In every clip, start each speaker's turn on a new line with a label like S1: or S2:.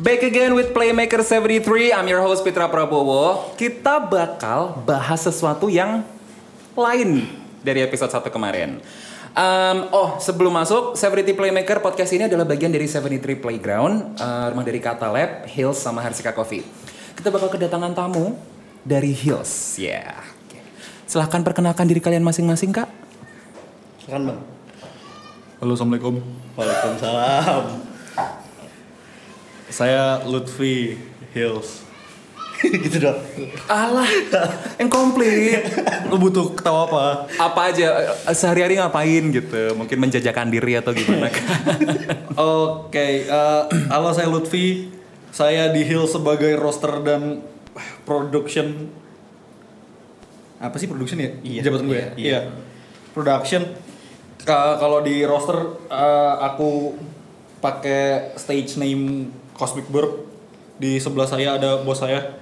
S1: Back again with Playmaker 73. I'm your host Pitra Prabowo. Kita bakal bahas sesuatu yang lain dari episode 1 kemarin. Um, oh, sebelum masuk, 73 Playmaker podcast ini adalah bagian dari 73 Playground, uh, rumah dari Kata Lab, Hills sama Harsika Coffee. Kita bakal kedatangan tamu dari Hills. Ya. Silahkan perkenalkan diri kalian masing-masing, Kak.
S2: Kan bang.
S3: Halo, Assalamualaikum.
S2: Waalaikumsalam.
S3: Saya Lutfi Hills.
S2: gitu dong.
S1: Alah, incomplete.
S3: Lu butuh ketawa apa?
S1: apa aja eh, sehari-hari ngapain gitu mungkin menjajakan diri atau gimana
S3: Oke, eh, halo saya Lutfi. Saya di Hills sebagai roster dan production apa sih production ya?
S2: Iya,
S3: Jabatan gue ya?
S2: iya, iya.
S3: Production. Eh, kalau di roster eh, aku pakai stage name Cosmic Burp. Di sebelah saya ada bos saya.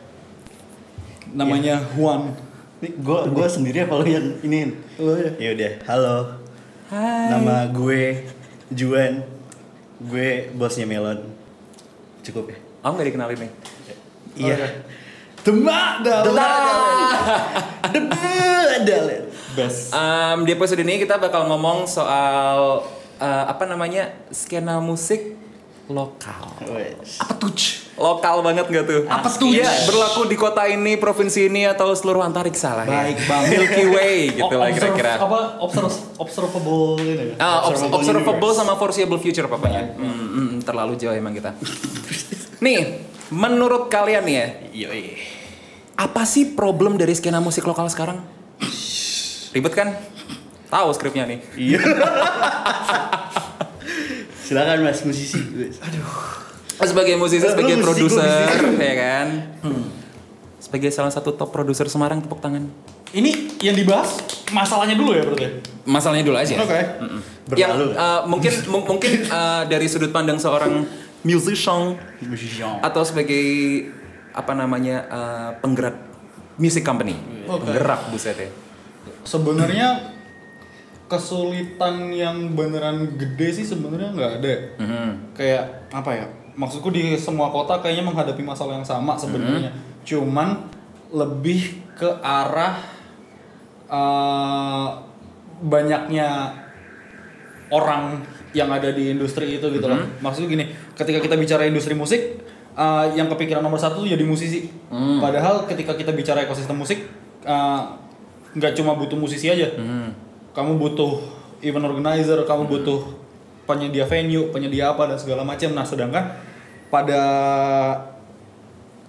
S3: Namanya Juan.
S2: Ini gua gua sendiri apa lu yang ini?
S3: Lu ya?
S2: Ya udah, halo. Nama gue Juan. Gue bosnya Melon. Cukup ya?
S1: aku nggak dikenalin nih
S2: Iya. Demak Dalen. Demak Dalen.
S3: Best.
S1: Em, di episode ini kita bakal ngomong soal eh, apa namanya skena musik lokal
S2: Wes.
S3: Apa tuh?
S1: lokal banget nggak tuh
S3: Apa tuh?
S1: Iya, berlaku di kota ini provinsi ini atau seluruh antariksa lah ya.
S3: Baik, Bang.
S1: Milky Way gitu
S3: O-
S1: lah
S3: observe-
S1: kira-kira
S3: apa observe- observable ini ya?
S1: Ah, obs-
S2: Observable
S1: observable
S2: universe.
S1: sama foreseeable future papanya. Hmm, hmm, terlalu jauh emang kita. Nih, menurut kalian nih ya,
S2: Yoi.
S1: apa sih problem dari skena musik lokal sekarang? Ribet kan? Tahu skripnya nih.
S2: Iya. Silakan Mas musisi. Aduh.
S1: Sebagai musisi,
S2: Lu
S1: sebagai
S2: musisi, gua
S1: produser,
S2: musisi.
S1: ya kan? Hmm. Sebagai salah satu top produser Semarang tepuk tangan.
S3: Ini yang dibahas masalahnya dulu ya berarti.
S1: Masalahnya dulu aja.
S3: Oke.
S1: Yang
S2: Berlalu.
S1: eh, mungkin mung- mungkin eh, dari sudut pandang seorang musician
S2: Musisi.
S1: atau sebagai apa namanya eh, penggerak music company,
S3: Oke.
S1: penggerak buset ya.
S3: Sebenarnya kesulitan yang beneran gede sih sebenarnya nggak ada.
S1: Mhm.
S3: Kayak apa ya? Maksudku di semua kota kayaknya menghadapi masalah yang sama sebenarnya. Cuman lebih ke arah eh, banyaknya orang yang ada di industri itu gitu loh. Maksudnya gini, ketika kita bicara industri musik, eh, yang kepikiran nomor satu tuh jadi musisi. Padahal ketika kita bicara ekosistem musik, eh, nggak cuma butuh musisi aja. Kamu butuh event organizer, kamu butuh penyedia venue, penyedia apa dan segala macam. Nah, sedangkan pada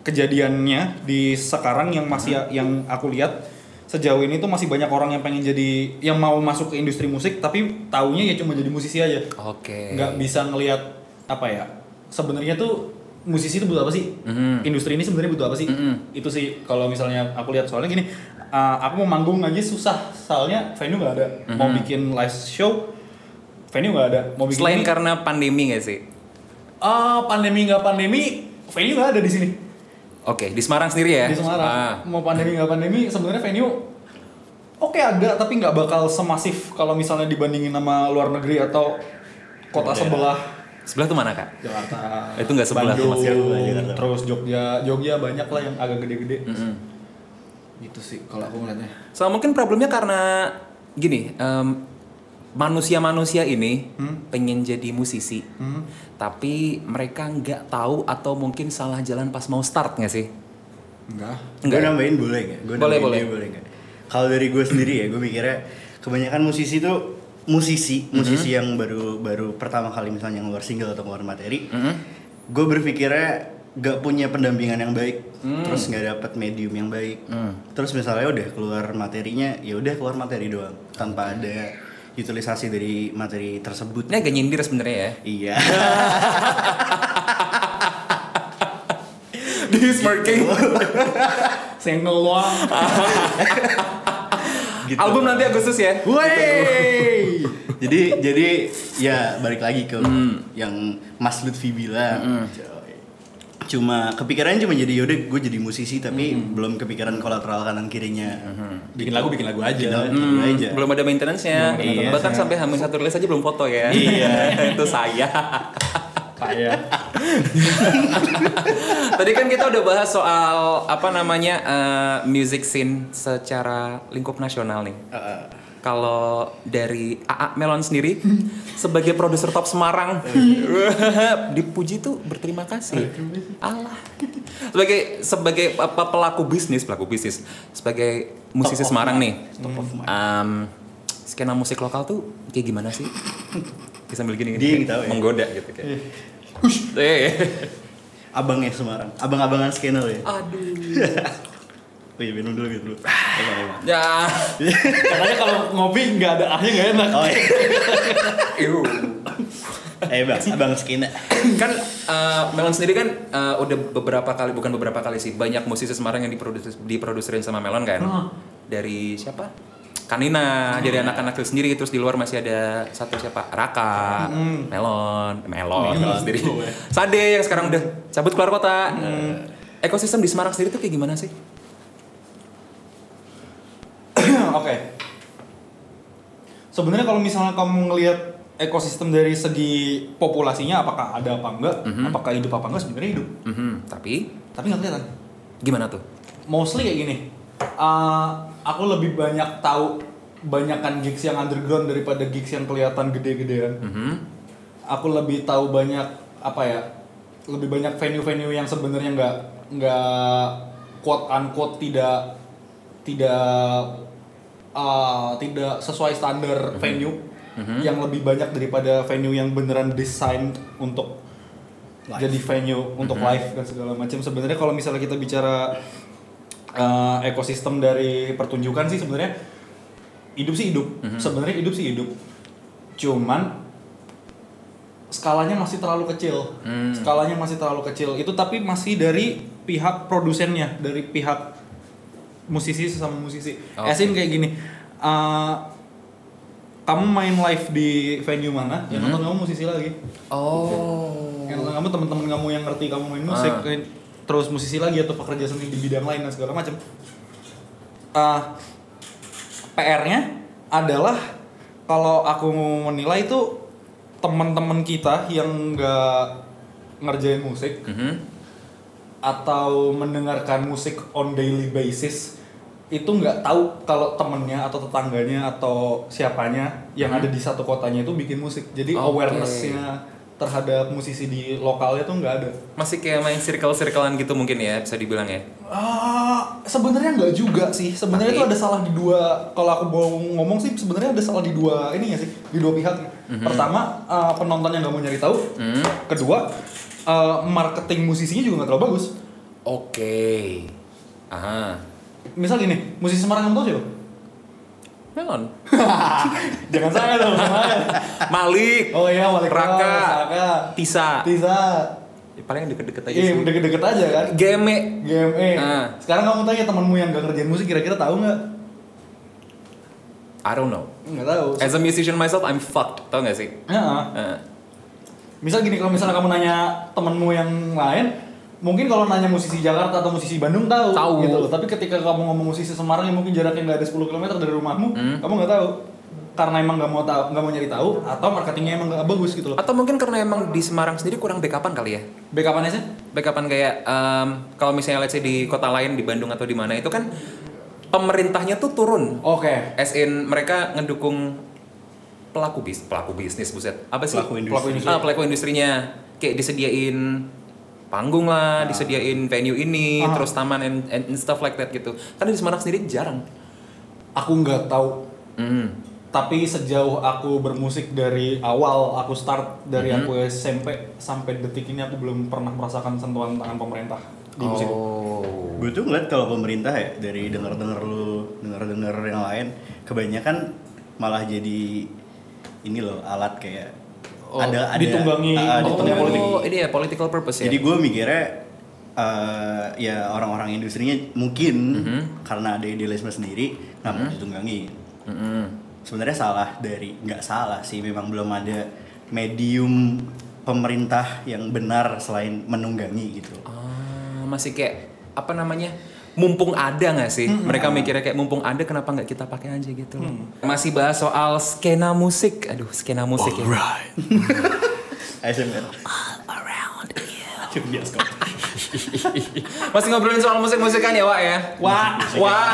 S3: kejadiannya di sekarang yang masih yang aku lihat sejauh ini tuh masih banyak orang yang pengen jadi yang mau masuk ke industri musik tapi taunya ya cuma jadi musisi aja
S1: Oke.
S3: nggak bisa ngelihat apa ya sebenarnya tuh musisi itu butuh apa sih
S1: Mhm.
S3: industri ini sebenarnya butuh apa sih
S1: Mhm.
S3: itu sih kalau misalnya aku lihat soalnya gini uh, aku mau manggung aja susah soalnya venue nggak ada mau bikin live show venue nggak ada mau bikin
S1: Selain
S3: ini,
S1: karena pandemi gak sih?
S3: ah, pandemi nggak pandemi venue nggak ada di sini
S1: Oke, di Semarang sendiri ya?
S3: di Semarang.
S1: Ah.
S3: Mau pandemi nggak pandemi, sebenarnya venue oke ada tapi nggak bakal semasif kalau misalnya dibandingin sama luar negeri atau kota sebelah
S1: Sebelah tuh mana kak?
S3: Jakarta.
S1: Itu nggak sebelah,
S3: Bandung,
S1: masih
S2: sebelah Jakarta.
S3: terus Jogja, Jogja banyak lah yang agak gede-gede. Gitu sih kalau aku ngeliatnya.
S1: So mungkin problemnya karena gini, em, manusia-manusia ini
S2: Hmm?
S1: pengen jadi musisi, tapi mereka nggak tahu atau mungkin salah jalan pas mau start nggak sih?
S3: Enggak.
S2: Gue
S1: Nggak.
S2: nambahin boleh nggak? Gue
S1: Boleh,
S2: nambahin
S1: boleh.
S2: dia boleh nggak? Kalau dari gue sendiri ya, gue mikirnya kebanyakan musisi tuh
S1: Mm-hmm.
S2: musisi, musisi yang baru baru pertama kali misalnya ngeluar single atau ngeluar materi,
S1: Mm-hmm.
S2: gue berpikirnya gak punya pendampingan yang baik,
S1: Mm.
S2: terus nggak dapat medium yang baik, terus misalnya udah keluar materinya, ya udah keluar materi doang tanpa ada utilisasi dari materi tersebut.
S1: Ini agak nyindir sebenarnya ya.
S2: Iya.
S1: Di smirking.
S3: Single doang.
S2: Gitu.
S1: Album nanti Agustus ya.
S2: Wey. jadi jadi ya balik lagi ke
S3: Hmm.
S2: yang Mas Lutfi bilang. Cuma kepikiran cuma jadi yaudah gue jadi musisi tapi belum kepikiran kolateral kanan kirinya.
S3: Hmm. bikin lagu bikin lagu aja.
S2: Jadi lagu
S1: Hmm,
S2: aja.
S1: Belum ada maintenance-nya.
S2: Iya. Belum ada maintenance-nya.
S1: Bahkan sampai hamil satu rilis aja belum foto ya.
S2: Iya.
S1: Itu saya.
S3: Kayak
S1: Tadi kan kita udah bahas soal apa namanya eh, music scene secara lingkup nasional nih.
S2: Heeh.
S1: Kalau dari AA Melon sendiri sebagai produser top Semarang dipuji tuh berterima kasih. Allah. Sebagai sebagai apa pelaku bisnis, pelaku bisnis sebagai musisi Semarang nih. Um, skena musik lokal tuh kayak gimana sih? Kayak Sambil gini,
S2: Dia yang
S1: kayak
S2: tahu ya.
S1: menggoda gitu kayak. Eh.
S2: abangnya ya, Semarang, abang-abangan skenal ya.
S1: Aduh.
S2: Oh iya minum dulu minum dulu.
S3: Ah.
S2: Emang emang.
S1: Ya.
S3: Katanya kalau ngopi nggak ada ahnya nggak enak.
S2: Oh iya.
S1: Iu.
S2: Eh bang, abang skenal.
S1: kan eh, Melon sendiri kan eh, udah beberapa kali bukan beberapa kali sih banyak musisi Semarang yang diproduksi diproduserin sama Melon kan. Dari siapa? Kanina, dari anak-anak itu sendiri terus di luar masih ada satu siapa? Raka, Melon, Melon, Melon sendiri. Sade yang sekarang udah cabut keluar kota. Ekosistem di Semarang sendiri tuh kayak gimana sih?
S3: Oke. Sebenarnya kalau misalnya kamu ngelihat ekosistem dari segi populasinya apakah ada apa enggak, apakah hidup apa enggak sebenarnya hidup.
S1: Mhm, tapi
S3: Tapi nggak kelihatan.
S1: gimana tuh?
S3: Mostly kayak gini. eh, aku lebih banyak tahu banyakan gigs yang underground daripada gigs yang kelihatan gede-gedean.
S1: Mhm.
S3: aku lebih tahu banyak apa ya lebih banyak venue-venue yang sebenarnya nggak nggak quote unquote tidak tidak uh, tidak sesuai standar venue yang lebih banyak daripada venue yang beneran desain untuk
S2: Live.
S3: jadi venue untuk live dan segala macam sebenarnya kalau misalnya kita bicara uh, ekosistem dari pertunjukan sih sebenarnya hidup sih hidup sebenarnya hidup sih hidup cuman skalanya masih terlalu kecil skalanya masih terlalu kecil itu tapi masih dari pihak produsennya dari pihak musisi sesama musisi
S1: Oke.
S3: As in kayak gini eh, kamu main live di venue mana yang nonton kamu musisi lagi
S1: Oh.
S3: yang nonton kamu teman-teman kamu yang ngerti kamu main musik
S1: Ah.
S3: eh, terus musisi lagi atau pekerja seni di bidang lain dan segala macam Ah, PR-nya adalah kalau aku menilai itu teman-teman kita yang nggak ngerjain musik
S1: Mhm.
S3: atau mendengarkan musik on daily basis itu nggak tahu kalau temennya atau tetangganya atau siapanya yang ada di satu kotanya itu bikin musik jadi
S1: Oke.
S3: awarenessnya terhadap musisi di lokalnya tuh nggak ada
S1: Masih kayak main circle-circlean gitu mungkin ya bisa dibilang ya.
S3: Ah, sebenarnya nggak juga sih. Sebenarnya
S1: Tapi-
S3: itu ada salah di dua. Kalau aku mau ngomong sih, sebenarnya ada salah di dua ini ya sih, di dua pihak. Pertama, eh, penonton yang nggak mau nyari tahu.
S1: Hmm.
S3: Kedua, eh, marketing musisinya juga nggak terlalu bagus.
S1: Oke. Aha.
S3: Misal gini, musisi Semarang kamu tahu siapa?
S1: Melon.
S3: Jangan saya dong. jangan.
S1: Malik.
S3: oh iya, Malik
S1: Raka.
S3: Ros, Raka,
S1: Tisa.
S3: Tisa.
S1: Ya, paling deket-deket aja
S3: Iya,
S1: sih.
S3: deket-deket aja kan.
S1: Game.
S3: GME.
S1: Ah.
S3: Sekarang kamu tanya temanmu yang nggak ngerjain musik kira-kira tahu nggak?
S1: I don't know.
S3: Nggak tahu.
S1: As a musician myself, I'm fucked. Tau gak sih?
S3: Heeh.
S1: Eh,
S3: Misal gini, kalau misalnya kamu nanya temenmu yang lain, mungkin kalau nanya musisi Jakarta atau musisi Bandung tahu,
S1: Tahu.
S3: gitu loh. Tapi ketika kamu ngomong musisi Semarang yang mungkin jaraknya nggak ada 10 km dari rumahmu,
S1: Hmm.
S3: kamu nggak tahu. Karena emang nggak mau tahu, nggak mau nyari tahu, atau marketingnya emang nggak bagus gitu loh.
S1: Atau mungkin karena emang di Semarang sendiri kurang backupan kali ya?
S3: Backupannya sih?
S1: Backupan kayak em, kalau misalnya let's say di kota lain di Bandung atau di mana itu kan pemerintahnya tuh turun.
S3: Oke.
S1: As in mereka ngedukung pelaku bis pelaku bisnis buset. Apa sih?
S2: Pelaku industri.
S3: Pelaku industri.
S1: Ah, pelaku industrinya kayak disediain panggung
S2: Ah.
S1: lah, disediain venue ini,
S3: Ah.
S1: terus taman and, and, and stuff like that gitu. Karena di Semarang sendiri jarang.
S3: Aku nggak tahu.
S1: Hmm.
S3: Tapi sejauh aku bermusik dari awal aku start dari aku SMP sampai detik ini aku belum pernah merasakan sentuhan tangan pemerintah di musik.
S1: Oh.
S2: Gue tuh ngeliat kalau pemerintah ya dari denger-denger lu, denger-denger yang lain, kebanyakan malah jadi ini loh alat kayak
S3: Oh, ditunggangi.
S2: ah, ditunggangi.
S1: Oh, ini ya political purpose ya.
S2: Jadi gue mikirnya eh, ya orang-orang industrinya mungkin karena ada idealisme sendiri nggak mau ditunggangi.
S1: Mm-mm.
S2: Sebenarnya salah dari nggak salah sih memang belum ada medium pemerintah yang benar selain menunggangi gitu.
S1: Ah, masih kayak apa namanya? Mumpung ada nggak sih?
S2: Mm-hmm.
S1: Mereka mikirnya kayak mumpung ada kenapa nggak kita pakai aja gitu loh.
S2: Hmm.
S1: Masih bahas soal skena musik. Aduh, skena musik ya.
S2: ASMR.
S1: around.
S2: Cuma bioskop.
S1: Masih ngobrolin soal musik-musikan ya, Wak ya?
S3: Wah,
S1: Wah.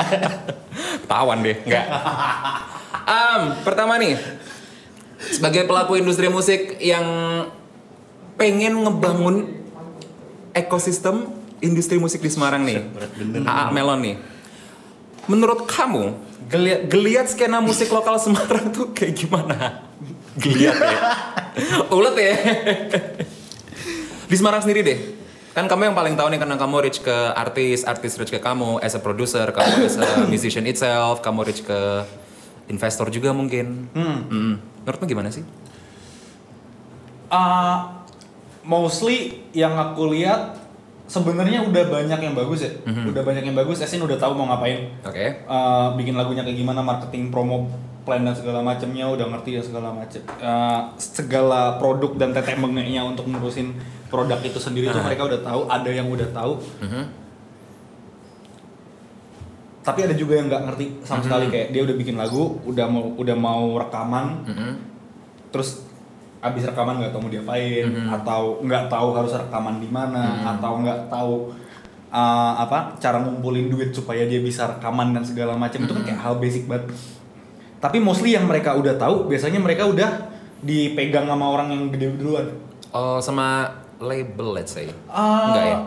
S1: Tawan deh, enggak. Am, pertama nih. Sebagai pelaku industri musik yang pengen ngebangun ekosistem industri musik di Semarang nih.
S2: Berat bener.
S1: AA Melon nih. Menurut kamu, geliat, geliat skena musik lokal Semarang tuh kayak gimana? Geliat ya? Ulet ya? di Semarang sendiri deh. Kan kamu yang paling tahu nih karena kamu reach ke artis, artis reach ke kamu as a producer, kamu as a musician itself, kamu reach ke investor juga mungkin. Mm-mm. Menurutmu gimana sih?
S3: Ah, mostly yang aku lihat sebenarnya udah banyak yang bagus ya. Udah banyak yang bagus, Esin udah tahu mau ngapain.
S1: Oke.
S3: Uh, bikin lagunya kayak gimana, marketing, promo, plan dan segala macamnya udah ngerti ya segala macem. Uh, segala produk dan teteh mengeknya untuk ngurusin produk itu sendiri tuh mereka udah tahu, ada yang udah tahu.
S1: Mm-hmm.
S3: Tapi ada juga yang nggak ngerti sama sekali
S1: Mm-hmm.
S3: kayak dia udah bikin lagu, udah mau udah mau rekaman,
S1: Mm-hmm.
S3: terus abis rekaman nggak tahu mau diapain
S1: Mm-hmm.
S3: atau nggak tahu harus rekaman di mana atau nggak tahu uh, apa cara ngumpulin duit supaya dia bisa rekaman dan segala macam itu kan
S1: Mm-hmm.
S3: kayak hal basic banget tapi mostly yang mereka udah tahu biasanya mereka udah dipegang sama orang yang gede duluan
S1: Oh, sama label let's say.
S3: Ah.
S1: Enggak ya?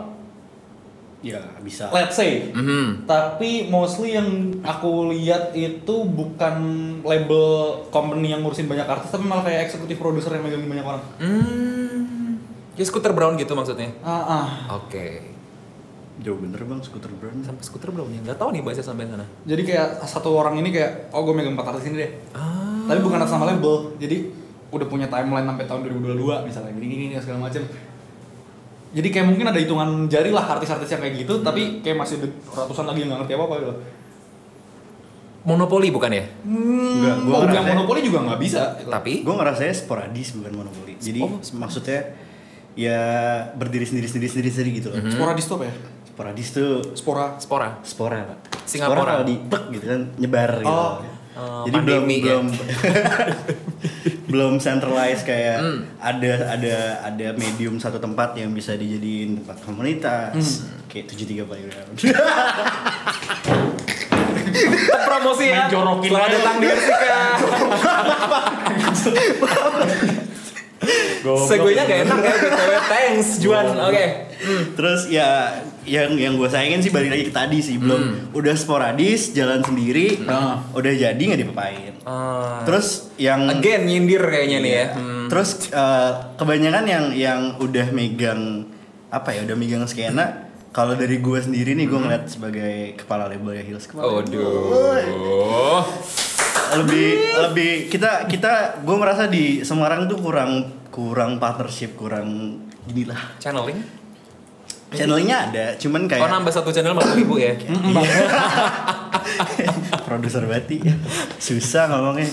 S2: Ya bisa.
S3: let's say
S1: Mhm.
S3: tapi mostly yang aku lihat itu bukan label company yang ngurusin banyak artis tapi malah kayak eksekutif produser yang megangin banyak orang
S1: Hmm. Ya skuter brown gitu maksudnya.
S3: ah ah
S1: Oke.
S2: Jauh bener bang skuter brand.
S1: Sampai skuter brown ya? Gak tau nih bahasa sampai sana.
S3: jadi kayak satu orang ini kayak oh gue megang empat artis ini deh
S1: Ah.
S3: tapi bukan atas nama label jadi udah punya timeline sampai tahun 2022 misalnya gini gini gini, segala macem jadi kayak mungkin ada hitungan jari lah artis-artis yang kayak gitu tapi kayak masih ada ratusan lagi yang nggak ngerti apa apa gitu
S1: Monopoli bukan ya?
S2: Enggak,
S3: hmm,
S2: gua
S3: mau bilang
S2: ngerasa-
S3: monopoli juga nggak bisa
S1: Tapi
S2: Gue ngerasanya sporadis bukan monopoli. Jadi
S1: Oh,
S2: maksudnya ya berdiri sendiri sendiri sendiri sendiri gitu loh.
S1: Mhm.
S3: spora distop ya
S2: Sporadis tuh
S3: spora
S1: spora.
S2: spora pak.
S1: Singapura.
S2: Spora kalau di pek gitu kan nyebar gitu.
S3: Oh.
S1: Oh,
S2: Jadi belum
S1: pandemi ya.
S2: belum belum centralized kayak
S1: Hmm.
S2: ada ada ada medium satu tempat yang bisa dijadiin tempat komunitas.
S1: Hmm.
S2: Kayak tujuh tiga playground.
S1: Promosi ya.
S3: Menjorokin
S1: Selamat
S3: aja.
S1: datang di Ersika.
S2: Goblok.
S1: Seguenya gak enak ya BTW. Thanks Juan. Oke.
S2: Terus ya yang yang gue sayangin sih balik lagi ke tadi sih
S1: Hmm.
S2: belum udah sporadis jalan sendiri
S3: Ah.
S2: udah jadi nggak dipapain.
S1: Ah.
S2: Terus yang
S1: again nyindir kayaknya nih ya. Hmm.
S2: Terus eh, kebanyakan yang yang udah megang apa ya udah megang skena kalau dari gue sendiri nih gue
S1: Hmm.
S2: ngeliat sebagai kepala label ya Hills kepala label.
S1: Aduh.
S2: lebih lebih kita kita gue merasa di Semarang tuh kurang kurang partnership kurang ginilah
S1: Channeling.
S2: channelnya ada
S1: Oh
S2: cuman kayak
S1: nambah satu channel 40 ribu ya.
S2: Iya. produser bati susah ngomongnya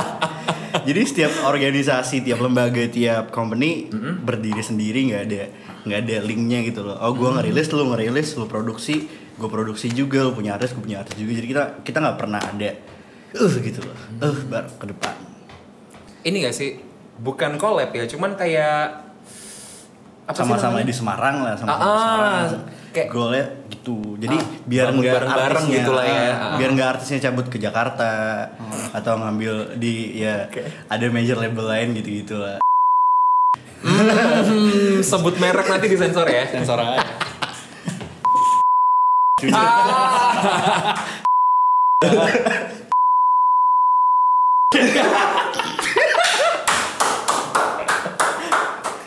S2: jadi setiap organisasi tiap lembaga tiap company berdiri sendiri nggak ada nggak ada linknya gitu loh oh gue ngerilis lu ngerilis lu produksi gue produksi juga lu punya artis gue punya artis juga jadi kita kita nggak pernah ada eh gitu loh eh baru ke depan
S1: Ini gak sih? Bukan collab ya, cuman kayak apa sih
S2: sama-sama
S1: namanya?
S2: di Semarang lah sama,
S1: Ah, ah.
S2: Semarang
S1: Kayak-
S2: golnya gitu jadi
S1: Ah,
S2: biar
S1: bangga
S2: nggak
S1: bareng-bareng
S2: artisnya,
S1: gitu lah ya.
S2: ah,
S1: Ah.
S2: biar nggak artisnya cabut ke Jakarta atau ngambil di ya ada major label lain gitu gitu lah
S1: Hmm, sebut merek nanti disensor ya.
S3: sensor aja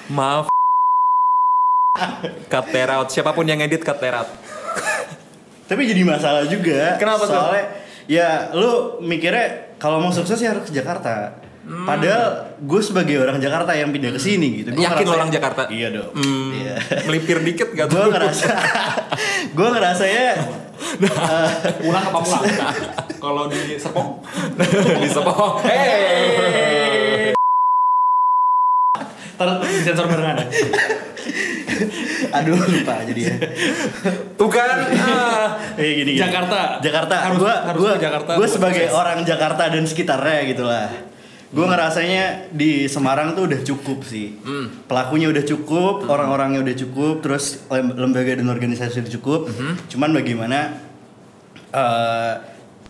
S1: Maaf. Cut that out. Siapapun yang edit cut that out.
S2: tapi jadi masalah juga
S1: Kenapa tuh?
S2: soalnya ya lu mikirnya kalau mau sukses ya harus ke Jakarta padahal gue sebagai orang Jakarta yang pindah ke sini gitu Gua
S1: Yakin
S2: ngerasa-
S1: orang Jakarta?
S2: iya dong
S1: Hmm,
S2: iya
S1: Melipir dikit gak
S2: gue
S1: tuh?
S2: ngerasa gue ngerasa ya
S3: pulang apa pulang Nah, kalau di serpong
S1: Di Sepong. Hey.
S3: ter di sensor barengan ya.
S2: aduh lupa jadi ya
S1: Tuh kan. ah.
S2: Eh, gini, gini.
S3: Jakarta.
S2: Jakarta
S3: Harus-
S2: gua
S3: harus
S2: gua
S3: ke Jakarta
S2: gua
S3: buat
S2: sebagai
S3: sukses.
S2: orang Jakarta dan sekitarnya gitu lah Gue
S3: Hmm.
S2: ngerasanya di Semarang tuh udah cukup sih. Pelakunya udah cukup,
S3: Hmm.
S2: orang-orangnya udah cukup, terus lem- lembaga dan organisasi udah cukup.
S3: Hmm.
S2: Cuman bagaimana eh,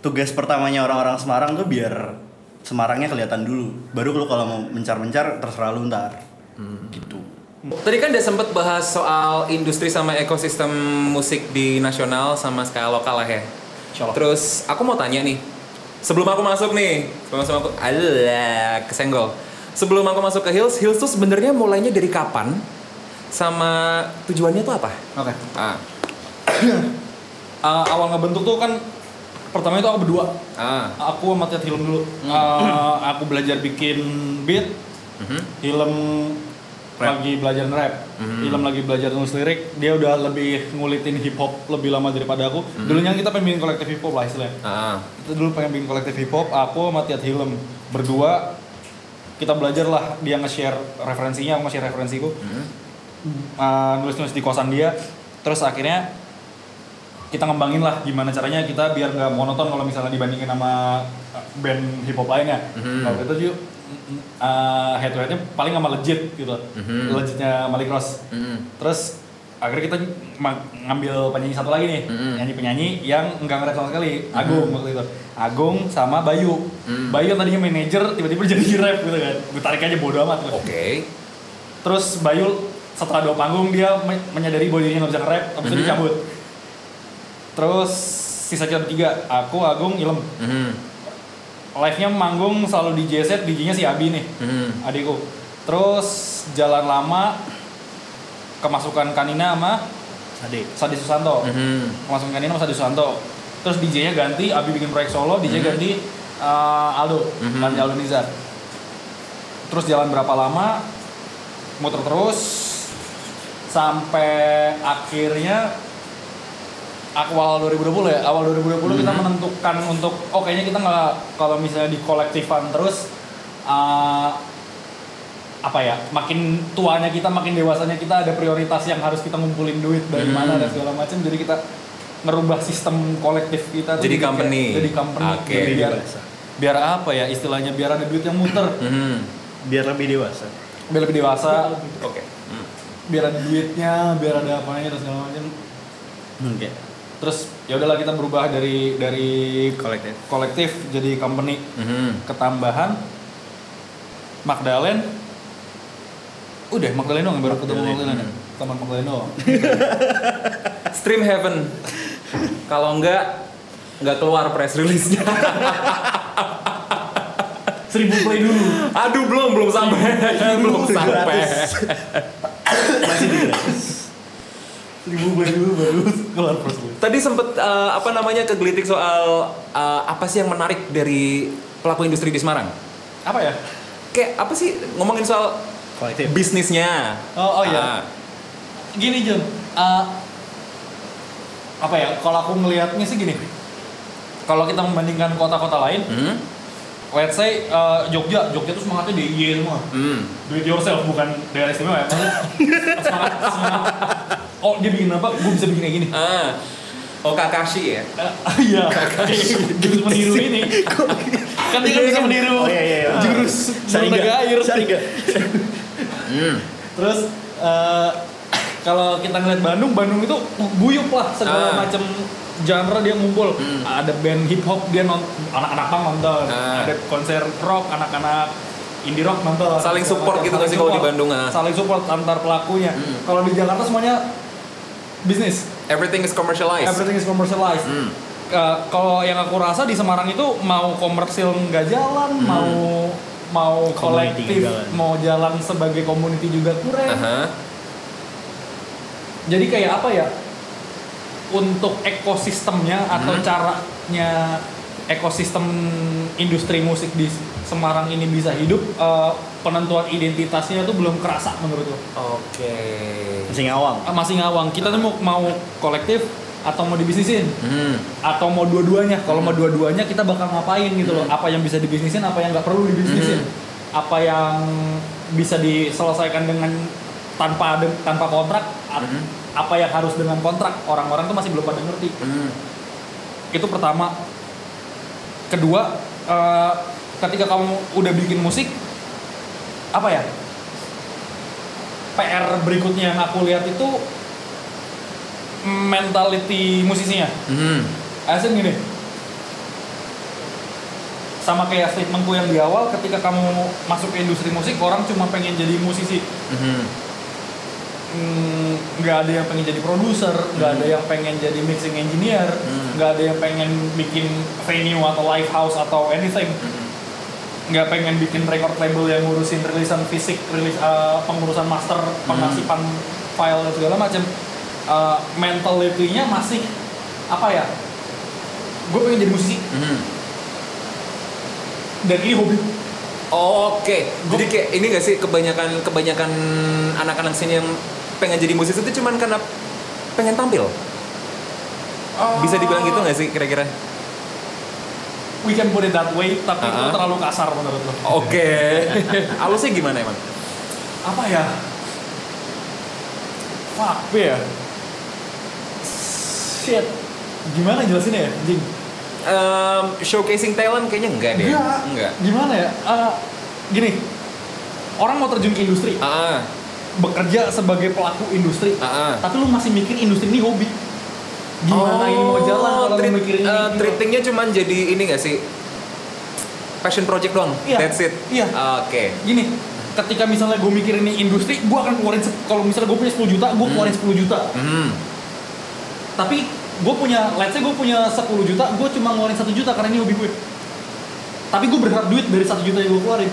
S2: tugas pertamanya orang-orang Semarang tuh biar Semarangnya kelihatan dulu. Baru lo kalau mau mencar-mencar terserah lu ntar.
S3: Hmm.
S2: Gitu.
S1: Tadi kan udah sempet bahas soal industri sama ekosistem musik di nasional sama skala lokal lah ya.
S3: Insyaallah.
S1: Terus aku mau tanya nih, sebelum aku masuk nih, sebelum sebelum aku, alah kesenggol. Sebelum aku masuk ke Hills, Hills tuh sebenarnya mulainya dari kapan? Sama tujuannya tuh apa?
S3: Oke.
S1: Ah,
S3: Uh, awal ngebentuk tuh kan pertama itu aku berdua.
S1: ah,
S3: Aku sama Ted Hilm dulu. Uh, aku belajar bikin beat.
S1: mhm,
S3: Hilm lagi belajar rap. Hmm. Hilm lagi belajar nulis lirik. Dia udah lebih ngulitin hip hop lebih lama daripada aku. Dulunya kita pengen bikin kolektif hip hop lah istilahnya.
S1: ah,
S3: Hmm. Kita dulu pengen bikin kolektif hip hop, aku sama Tiat Hilem berdua kita belajar lah dia nge-share referensinya, aku nge-share referensiku.
S1: mhm,
S3: Uh, nulis-nulis di kosan dia. Terus akhirnya kita ngembangin lah gimana caranya kita biar nggak monoton kalau misalnya dibandingin sama uh, band hip hop lainnya. Kalau itu juga head to headnya paling sama legit gitu, legitnya Malik Ross.
S1: mhm.
S3: Terus akhirnya kita ma- ngambil penyanyi satu lagi nih, penyanyi penyanyi yang nggak ngerap sama sekali, Agung waktu itu, Agung sama Bayu. Bayu yang tadinya manajer tiba-tiba jadi rap gitu kan, gue tarik aja bodo amat.
S1: oke.
S3: Terus Bayu setelah dua panggung dia me- menyadari bahwa dirinya nggak bisa nge-rap, habis itu dicabut. Terus sisa jam tiga, aku Agung Ilem.
S1: Mhm,
S3: Live-nya manggung selalu di JZ, DJ-nya si Abi nih,
S1: mhm.
S3: adikku. Terus jalan lama kemasukan Kanina sama
S2: Ade.
S3: Sadi Susanto.
S1: Mhm.
S3: Kemasukan Kanina sama Sadi Susanto. Terus DJ-nya ganti, Abi bikin proyek solo, DJ ganti eh, Aldo,
S1: Mhm.
S3: Randy Aldo Nizar. Terus jalan berapa lama, muter terus, sampai akhirnya awal 2020 ya, awal 2020 kita menentukan untuk, oh kayaknya kita nggak, kalau misalnya di kolektifan terus, eh, apa ya makin tuanya kita makin dewasanya kita ada prioritas yang harus kita ngumpulin duit dari mana dan segala macam jadi kita ngerubah sistem kolektif kita tuh
S1: Jadi
S3: kayak-
S1: company.
S3: jadi company
S1: Oke.
S3: Jadi biar
S2: Dewasa.
S3: biar apa ya istilahnya biar ada duit yang muter
S1: Mhm,
S2: Biar lebih dewasa.
S3: biar lebih dewasa
S1: Oke. Mhm.
S3: biar ada duitnya biar ada apanya dan segala macam
S2: Oke.
S3: terus ya udahlah kita berubah dari dari
S2: Kolektif.
S3: kolektif jadi company
S1: Mhm.
S3: ketambahan Magdalen udah Magdalen doang yang baru ketemu
S2: Magdalen,
S3: Magdalen ya teman Magdalen doang
S1: Stream Heaven. Kalau enggak nggak keluar press release-nya.
S3: seribu play dulu
S1: Aduh belum belum sampai. belum sampai.
S2: 700. Masih di gratis.
S3: seribu play dulu baru keluar terus dulu
S1: Tadi sempet eh, apa namanya kegelitik soal eh, apa sih yang menarik dari pelaku industri di Semarang?
S3: apa ya
S1: Kayak apa sih ngomongin soal
S2: Kolektif.
S1: bisnisnya?
S3: Oh, oh, iya.
S1: Ah,
S3: gini Jun Eh, apa ya kalau aku ngelihatnya sih gini kalau kita membandingkan kota-kota lain
S1: hmm,
S3: let's say eh, Jogja Jogja tuh semangatnya DIY semua
S1: hmm,
S3: do it yourself bukan daerah istimewa ya Maksudnya, semangat, semangat. oh dia bikin apa gue bisa bikin kayak gini
S1: ah. Oh Kakashi ya.
S3: Eh, iya jurus meniru ini kan dia kan bisa meniru
S2: Oh iya iya. iya.
S3: jurus
S2: Saringa.
S3: tenaga air
S2: Saringa.
S1: Hmm.
S3: terus eh, kalau kita ngeliat Bandung Bandung itu guyup lah segala
S1: Ah.
S3: macam genre dia ngumpul
S1: Hmm.
S3: ada band hip hop dia non anak-anak punk nonton
S1: Ah.
S3: ada konser rock anak-anak indie rock nonton
S1: Saling support gitu nggak sih kalau di Bandung, ah?
S3: saling support antar pelakunya
S1: Hmm.
S3: kalau di Jakarta semuanya bisnis
S1: Everything is commercialized.
S3: Everything is commercialized.
S1: Hmm.
S3: Eh, kalau yang aku rasa di Semarang itu mau komersil nggak
S1: Hmm.
S3: jalan, mau mau
S2: Community
S3: kolektif,
S2: nggak jalan.
S3: mau jalan sebagai community juga kurang.
S1: Aha.
S3: Jadi kayak apa ya? Untuk ekosistemnya atau caranya ekosistem industri musik di Semarang ini bisa hidup, eh, penentuan identitasnya itu belum kerasa menurutku.
S1: Oke.
S2: Masih ngawang.
S3: Eh, Masih ngawang. Kita tuh mau mau kolektif atau mau dibisnisin?
S1: Hmm.
S3: atau mau dua-duanya kalau mau dua-duanya kita bakal ngapain gitu loh apa yang bisa dibisnisin apa yang nggak perlu dibisnisin apa yang bisa diselesaikan dengan tanpa de- tanpa kontrak a-
S1: Mhm.
S3: apa yang harus dengan kontrak orang-orang tuh masih belum pada ngerti
S1: Hmm.
S3: itu pertama kedua eh, ketika kamu udah bikin musik apa ya PR berikutnya yang aku lihat itu mentality musisinya
S1: Hmm.
S3: Asin gini sama kayak statementku yang di awal ketika kamu masuk ke industri musik orang cuma pengen jadi musisi
S1: Mhm.
S3: Hmm, nggak ada yang pengen jadi produser nggak ada yang pengen jadi mixing engineer nggak ada yang pengen bikin venue atau live house atau anything
S1: Hmm.
S3: nggak pengen bikin record label yang ngurusin rilisan fisik rilis eh, pengurusan master pengasipan file dan segala macam Eh, mentality-nya masih apa ya gue pengen jadi musisi
S1: Mhm.
S3: dan ini hobi
S1: Oke,
S3: Oh.
S1: jadi kayak ini gak sih kebanyakan kebanyakan anak-anak sini yang pengen jadi musisi itu cuman karena pengen tampil. Bisa dibilang gitu gak sih kira-kira?
S3: we can put it that way tapi
S1: Uh-huh.
S3: itu terlalu kasar menurut lo
S1: Oke. Alusnya gimana emang?
S3: apa ya fuck apa ya shit gimana jelasinnya ya anjing
S1: Em, showcasing talent kayaknya enggak deh.
S3: Enggak.
S1: ya? Enggak.
S3: gimana ya Eh, gini orang mau terjun ke industri
S1: Ah,
S3: bekerja sebagai pelaku industri
S1: ah, ah.
S3: tapi lu masih mikir industri ini hobi gimana ini mau jalan kalau lu
S1: Oh, treat-
S3: mikirin ini gitu.
S1: eh,
S3: gimana?
S1: treatingnya cuman jadi ini gak sih? Passion project doang.
S3: Iya.
S1: That's it.
S3: Iya.
S1: Oke.
S3: gini ketika misalnya gue mikir ini industri gue akan keluarin se- kalau misalnya gue punya 10 juta gue keluarin 10 juta
S1: Hmm.
S3: tapi gue punya let's say gue punya 10 juta gue cuma ngeluarin 1 juta karena ini hobi gue tapi gue berharap duit dari 1 juta yang gue keluarin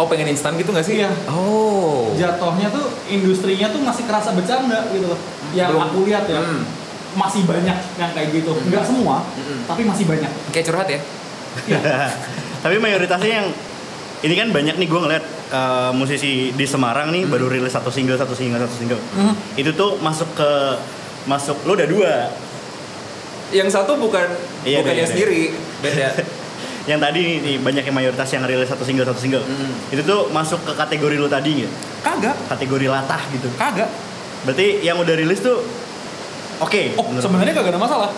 S1: Oh, pengen instan gitu gak sih?
S3: Iya.
S1: Oh.
S3: jatuhnya tuh industrinya tuh masih kerasa bercanda gitu loh yang
S1: Belum.
S3: aku lihat ya
S1: Hmm.
S3: masih banyak yang kayak gitu nggak semua tapi masih banyak Iya.
S1: Kayak curhat ya?
S2: Tapi mayoritasnya yang ini kan banyak nih gue ngeliat eh, musisi di Semarang nih baru rilis satu single, satu single, satu single. Itu tuh masuk ke masuk lo udah dua.
S1: Yang satu bukan
S2: Iya,
S1: bukan
S2: iya,
S1: yang
S2: iya.
S1: sendiri, beda.
S2: Yang tadi nih, nih, banyak yang mayoritas yang rilis satu single, satu single.
S1: Mm.
S2: Itu tuh masuk ke kategori lo tadi gitu.
S3: kagak
S2: Kategori latah gitu.
S3: kagak
S2: Berarti yang udah rilis tuh oke.
S3: oh
S2: menurut-
S3: sebenarnya kagak ada masalah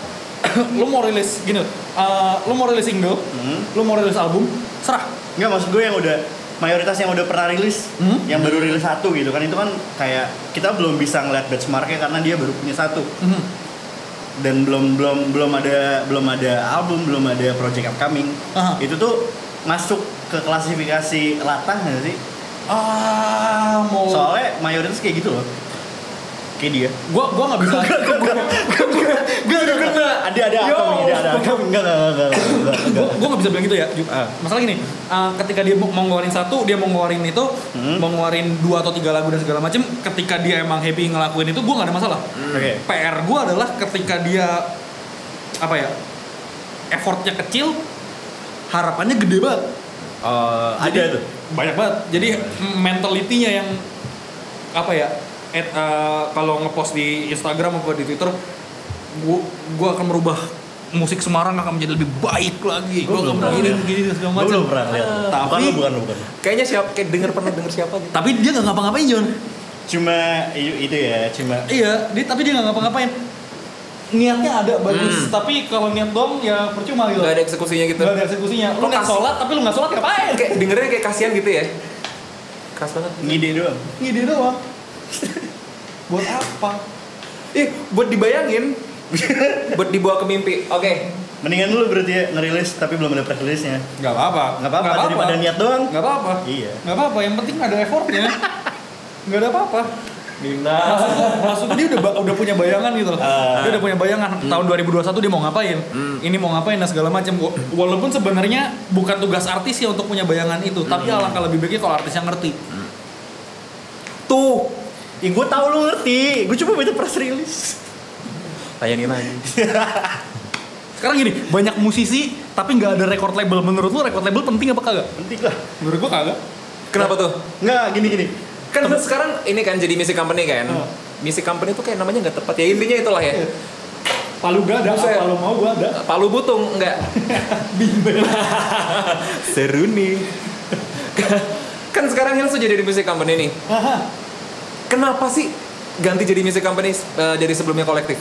S3: lu mau rilis gini eh, lu mau rilis single
S2: Hmm.
S3: lu mau rilis album serah
S2: Nggak maksud gue yang udah mayoritas yang udah pernah rilis,
S3: Hmm?
S2: yang baru rilis satu gitu kan itu kan kayak kita belum bisa ngeliat benchmarknya karena dia baru punya satu
S1: Hmm.
S3: Mhm.
S2: dan belum belum belum ada belum ada album belum ada project upcoming
S3: Aha.
S2: itu tuh masuk ke klasifikasi latah nggak sih
S3: ah mau
S2: soalnya mayoritas kayak gitu loh kayak dia
S3: gua gua nggak bisa
S2: gak ada kena ada ada
S3: Yo.
S2: atom ini ada atom enggak enggak enggak enggak, enggak
S3: gue gue nggak bisa bilang gitu ya Ju.
S2: Ah.
S3: masalah gini eh, ketika dia mau mau ngeluarin satu dia mau ngeluarin itu
S2: Hmm.
S3: mau ngeluarin dua atau tiga lagu dan segala macem ketika dia emang happy ngelakuin itu gue nggak ada masalah
S2: oke
S3: pr gue adalah ketika dia apa ya effortnya kecil harapannya gede banget
S2: Eh, ada tuh
S3: banyak banget jadi m- mentalitinya yang apa ya at, eh, kalau ngepost di Instagram atau di Twitter gua, gua akan merubah musik Semarang akan menjadi lebih baik lagi
S2: Gua
S3: gua akan
S2: belum pernah
S3: begini
S2: lihat.
S3: begini dan segala
S2: Gua
S3: macam Ah.
S2: belum pernah lihat
S3: tapi-
S2: bukan lu bukan lu bukan
S1: Kayaknya siapa kayak denger pernah denger siapa gitu.
S3: tapi dia nggak ngapa-ngapain John
S2: cuma i- itu ya cuma
S3: iya dia, tapi dia nggak ngapa-ngapain niatnya ada
S2: Hmm.
S3: bagus tapi kalau niat dong ya percuma gitu
S1: Gak ada eksekusinya gitu.
S3: Nggak ada eksekusinya
S1: Kok
S3: lu niat
S1: kasih-
S3: sholat tapi lu nggak sholat ngapain
S1: Kayak dengernya kayak kasihan gitu ya. Keras banget.
S2: ngide doang
S3: ngide doang buat apa
S1: Ih, buat dibayangin. buat dibawa ke mimpi. Oke.
S2: mendingan lu berarti ya ngerilis tapi belum ada press release-nya
S3: nggak apa-apa
S2: nggak apa-apa daripada niat doang
S3: Gak apa-apa.
S2: Iya.
S3: Gak apa-apa. Yang penting ada effortnya. Gak ada apa-apa. Gila. Maksud dia udah ba- udah punya bayangan gitu loh.
S2: Ah.
S3: Dia udah punya bayangan tahun 2021 dia mau ngapain. Ini mau ngapain dan segala macam. Wa- Walaupun sebenarnya bukan tugas artis ya untuk punya bayangan itu, tapi alangkah lebih baiknya kalau artis yang ngerti.
S1: Tuh,
S2: ya gue tau lu ngerti gue cuma minta press release
S1: tayangin lagi.
S3: Sekarang gini, banyak musisi tapi nggak ada record label. Menurut lu record label penting apa kagak?
S2: penting lah
S3: Menurut gua kagak.
S1: Kenapa tuh?
S2: nggak gini gini
S1: Kan sekarang ini kan jadi misi company kan.
S3: Oh.
S1: Misi company tuh kayak namanya nggak tepat ya intinya itulah ya.
S3: Iya. Palu gak ada,
S1: Buset.
S3: kalau mau gua ada.
S1: Palu butung enggak.
S3: Bimbel.
S1: Seru nih. kan sekarang Hilsu jadi di musik company nih. Kenapa sih ganti jadi music company eh, dari sebelumnya kolektif?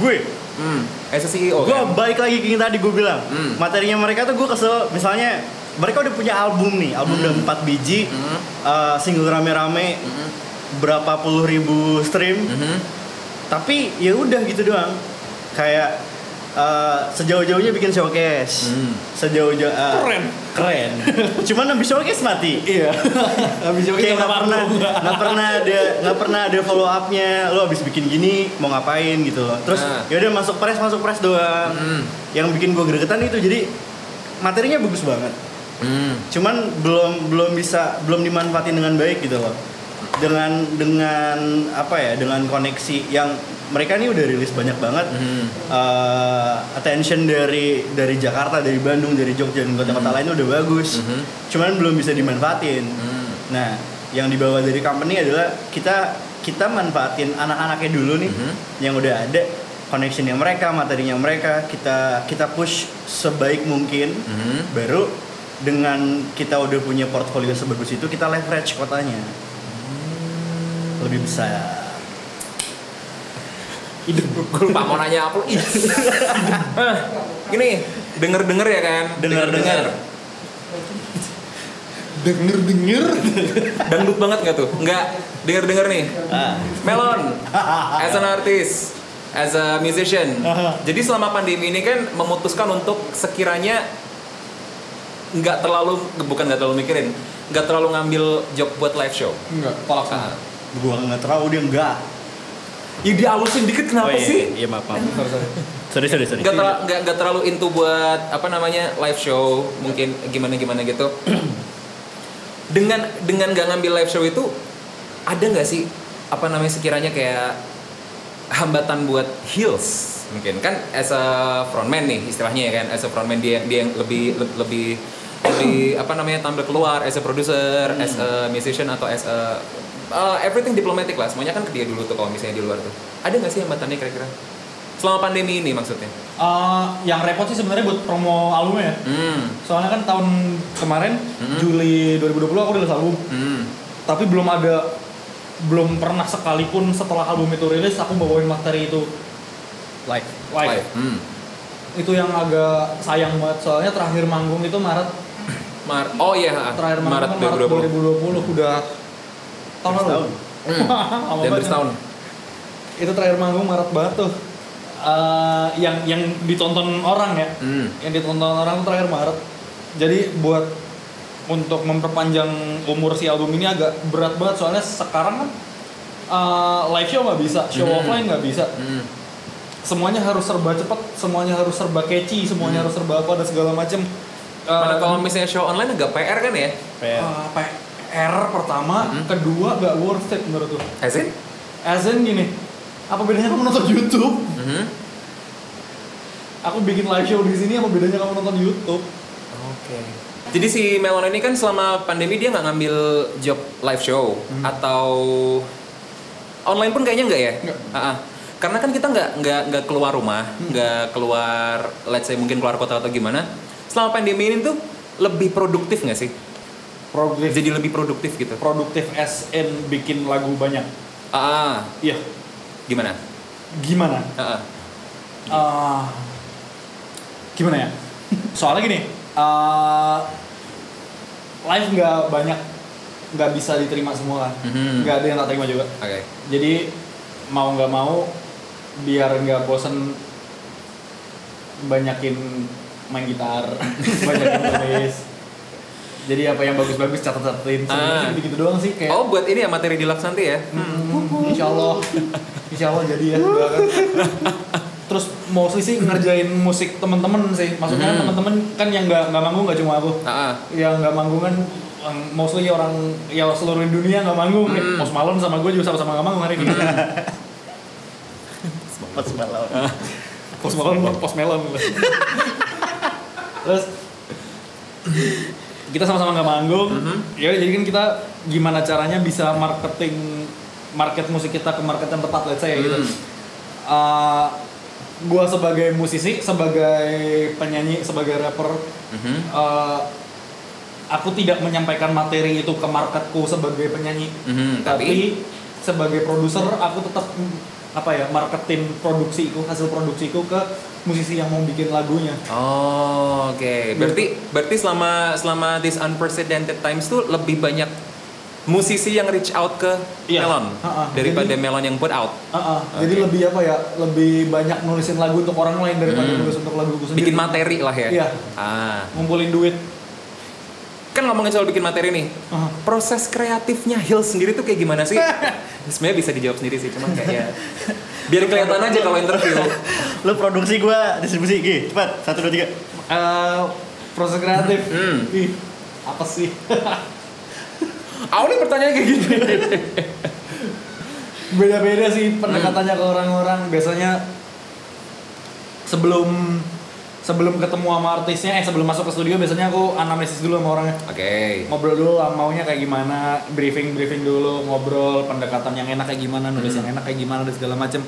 S2: gue
S1: Hmm. As a CEO
S2: Gue
S1: kan?
S2: balik lagi ke yang tadi gue bilang Materinya mereka tuh gue kesel Misalnya mereka udah punya album nih Album udah 4 biji eh, Single rame-rame Berapa puluh ribu stream
S1: Mhm.
S2: Tapi ya udah gitu doang Kayak eh, Sejauh-jauhnya bikin showcase Sejauh-jauh eh,
S3: Keren.
S2: Keren Cuman habis showcase mati
S3: Iya. Habis itu kita
S2: Kayak nggak pernah nggak pernah ada nggak pernah ada follow upnya lo abis bikin gini mau ngapain gitu loh terus
S1: Nah. Hmm.
S2: yaudah masuk press masuk press doang yang bikin gue gregetan itu jadi materinya bagus banget
S1: Hmm.
S2: cuman belum belum bisa belum dimanfaatin dengan baik gitu loh dengan dengan apa ya dengan koneksi yang mereka nih udah rilis banyak banget Eh, attention dari dari Jakarta dari Bandung dari Jogja dan kota-kota lain udah bagus cuman belum bisa dimanfaatin
S1: Hmm.
S2: nah yang dibawa dari company adalah kita kita manfaatin anak-anaknya dulu nih yang udah ada connectionnya mereka materinya mereka kita kita push sebaik mungkin
S1: hmm.
S2: baru dengan kita udah punya portfolio sebagus itu kita leverage kotanya lebih besar
S1: Ide gue lupa mau nanya apa. Ih. Eh, Gini, denger-denger ya kan?
S2: Denger-denger.
S3: Denger denger.
S1: Dangdut banget nggak tuh? Nggak. Denger-denger nih.
S2: ah.
S1: Melon, as an artist, as a musician.
S3: Aha.
S1: Jadi selama pandemi ini kan memutuskan untuk sekiranya nggak terlalu, bukan nggak terlalu mikirin, nggak terlalu ngambil job buat live show.
S3: Enggak, tolak sana.
S2: gua nggak tahu dia enggak
S1: Ya dialusin dikit kenapa sih?
S2: iya maaf maaf
S3: Sorry, sorry.
S2: sorry sorry sorry
S1: Nggak terlalu, nggak, nggak terlalu into buat apa namanya live show mungkin gimana gimana gitu. dengan dengan nggak ngambil live show itu ada nggak sih apa namanya sekiranya kayak hambatan buat heels mungkin kan as a frontman nih istilahnya ya kan as a frontman dia dia yang lebih le- lebih lebih apa namanya tampil keluar as a producer as a
S2: Hmm.
S1: musician atau as a uh, everything diplomatic lah semuanya kan ke dia dulu tuh kalau misalnya di luar tuh ada nggak sih hambatannya kira-kira selama pandemi ini maksudnya
S3: Eh, yang repot sih sebenarnya buat promo albumnya. ya.
S1: hmm
S3: Soalnya kan tahun kemarin Juli 2020 aku rilis album,
S1: hmm
S3: tapi belum ada belum pernah sekalipun setelah album itu rilis aku bawain materi itu
S2: like
S3: live.
S1: Live. hmm
S3: Itu yang agak sayang banget soalnya terakhir manggung itu Maret
S1: Mar oh iya ha.
S3: terakhir
S1: Maret
S3: manggung kan Maret
S1: 2020
S3: 2020, udah tahun lalu.
S2: tahun
S1: Hmm.
S3: Lama
S1: dan
S3: banget.
S1: bertahun
S3: Itu terakhir manggung Maret banget tuh. Eh, yang yang ditonton orang ya.
S1: hmm
S3: yang ditonton orang tuh terakhir Maret jadi buat untuk memperpanjang umur si album ini agak berat banget soalnya sekarang kan uh, live show nggak bisa show
S1: Hmm.
S3: offline nggak bisa
S1: hmm
S3: semuanya harus serba cepat semuanya harus serba catchy
S1: Hmm.
S3: semuanya harus serba apa dan segala macem Uh,
S1: Mana kalau misalnya show online agak PR kan ya
S3: uh,
S2: Ah,
S3: PR pertama
S1: Hmm.
S3: kedua nggak worth it menurut gue
S1: as in
S3: as in gini apa bedanya kamu nonton YouTube
S1: Mhm.
S3: aku bikin live show di sini apa bedanya kamu nonton YouTube
S1: Oke. Jadi si Melon ini kan selama pandemi dia nggak ngambil job live show atau online pun kayaknya nggak ya?
S3: Nggak.
S1: Ah, ah. Karena kan kita nggak nggak nggak keluar rumah, nggak keluar, let's say mungkin keluar kota atau gimana. Selama pandemi ini tuh lebih produktif nggak sih?
S3: progress
S1: Jadi lebih produktif gitu.
S3: produktif SN bikin lagu banyak.
S1: Ah, ah.
S3: Iya.
S1: gimana?
S3: Gimana?
S1: Ah, ah.
S3: Ah, gimana ya? Soalnya gini, ah, live nggak banyak, nggak bisa diterima semua kan.
S1: Mhm.
S3: Nggak ada yang tak terima juga.
S1: Oke.
S3: Jadi mau nggak mau, biar nggak bosen banyakin main gitar, banyakin nulis. Jadi apa yang bagus-bagus catat-catatin.
S1: Ah.
S3: Sebenarnya gitu doang sih kayak.
S1: Oh, buat ini ya materi deluxe nanti ya?
S3: Hmm, insya Allah, insya Allah jadi ya. doakan. Terus mostly sih ngerjain musik temen-temen sih. Maksudnya
S1: Hmm.
S3: temen-temen kan yang nggak nggak manggung nggak cuma aku.
S1: Ah, ah.
S3: Yang nggak manggung kan um, mostly orang ya seluruh dunia nggak manggung. Kayak Post Malone sama gue juga sama-sama nggak manggung hari ini.
S2: pas malam
S3: Post Malone, Post Malone. Terus kita sama-sama nggak manggung. Ya jadi kan kita gimana caranya bisa marketing market musik kita ke market yang tepat let's say gitu.
S1: Hmm.
S3: Eh, gua sebagai musisi, sebagai penyanyi, sebagai rapper
S1: Mhm.
S3: eh, aku tidak menyampaikan materi itu ke marketku sebagai penyanyi
S1: Mhm,
S3: tapi,
S1: tapi-
S3: sebagai produser aku tetap apa ya marketing produksiku hasil produksiku ke musisi yang mau bikin lagunya
S1: Oh, oke. Berarti berarti selama selama this unprecedented times tuh lebih banyak musisi yang reach out ke
S3: Iya.
S1: Melon
S3: Ha-ha.
S1: daripada
S3: Jadi-
S1: Melon yang put out.
S3: Ah, ah.
S1: Oke.
S3: jadi lebih apa ya lebih banyak nulisin lagu untuk orang lain daripada nulis untuk lagu gue sendiri
S1: Hmm. Bikin materi lah ya.
S3: Iya.
S1: Ah.
S3: ngumpulin duit
S1: Kan ngomongin soal bikin materi nih.
S3: Ah.
S1: Proses kreatifnya Hill sendiri tuh kayak gimana sih? Sebenarnya bisa dijawab sendiri sih, cuman kayak ya biar kelihatan aja kalau interview.
S2: Lu produksi gua distribusi G, cepat. 1 2 3.
S3: Eh, proses kreatif
S1: Hmm.
S3: Ih, apa sih Ah,
S1: Awalnya pertanyaan kayak gitu.
S3: beda-beda sih pendekatannya
S1: Hmm.
S3: ke orang-orang biasanya sebelum sebelum ketemu sama artisnya eh sebelum masuk ke studio biasanya aku anamnesis dulu sama orangnya
S1: Oke.
S3: ngobrol dulu ah, maunya kayak gimana briefing briefing dulu ngobrol pendekatan yang enak kayak gimana nulis yang enak kayak gimana dan segala macem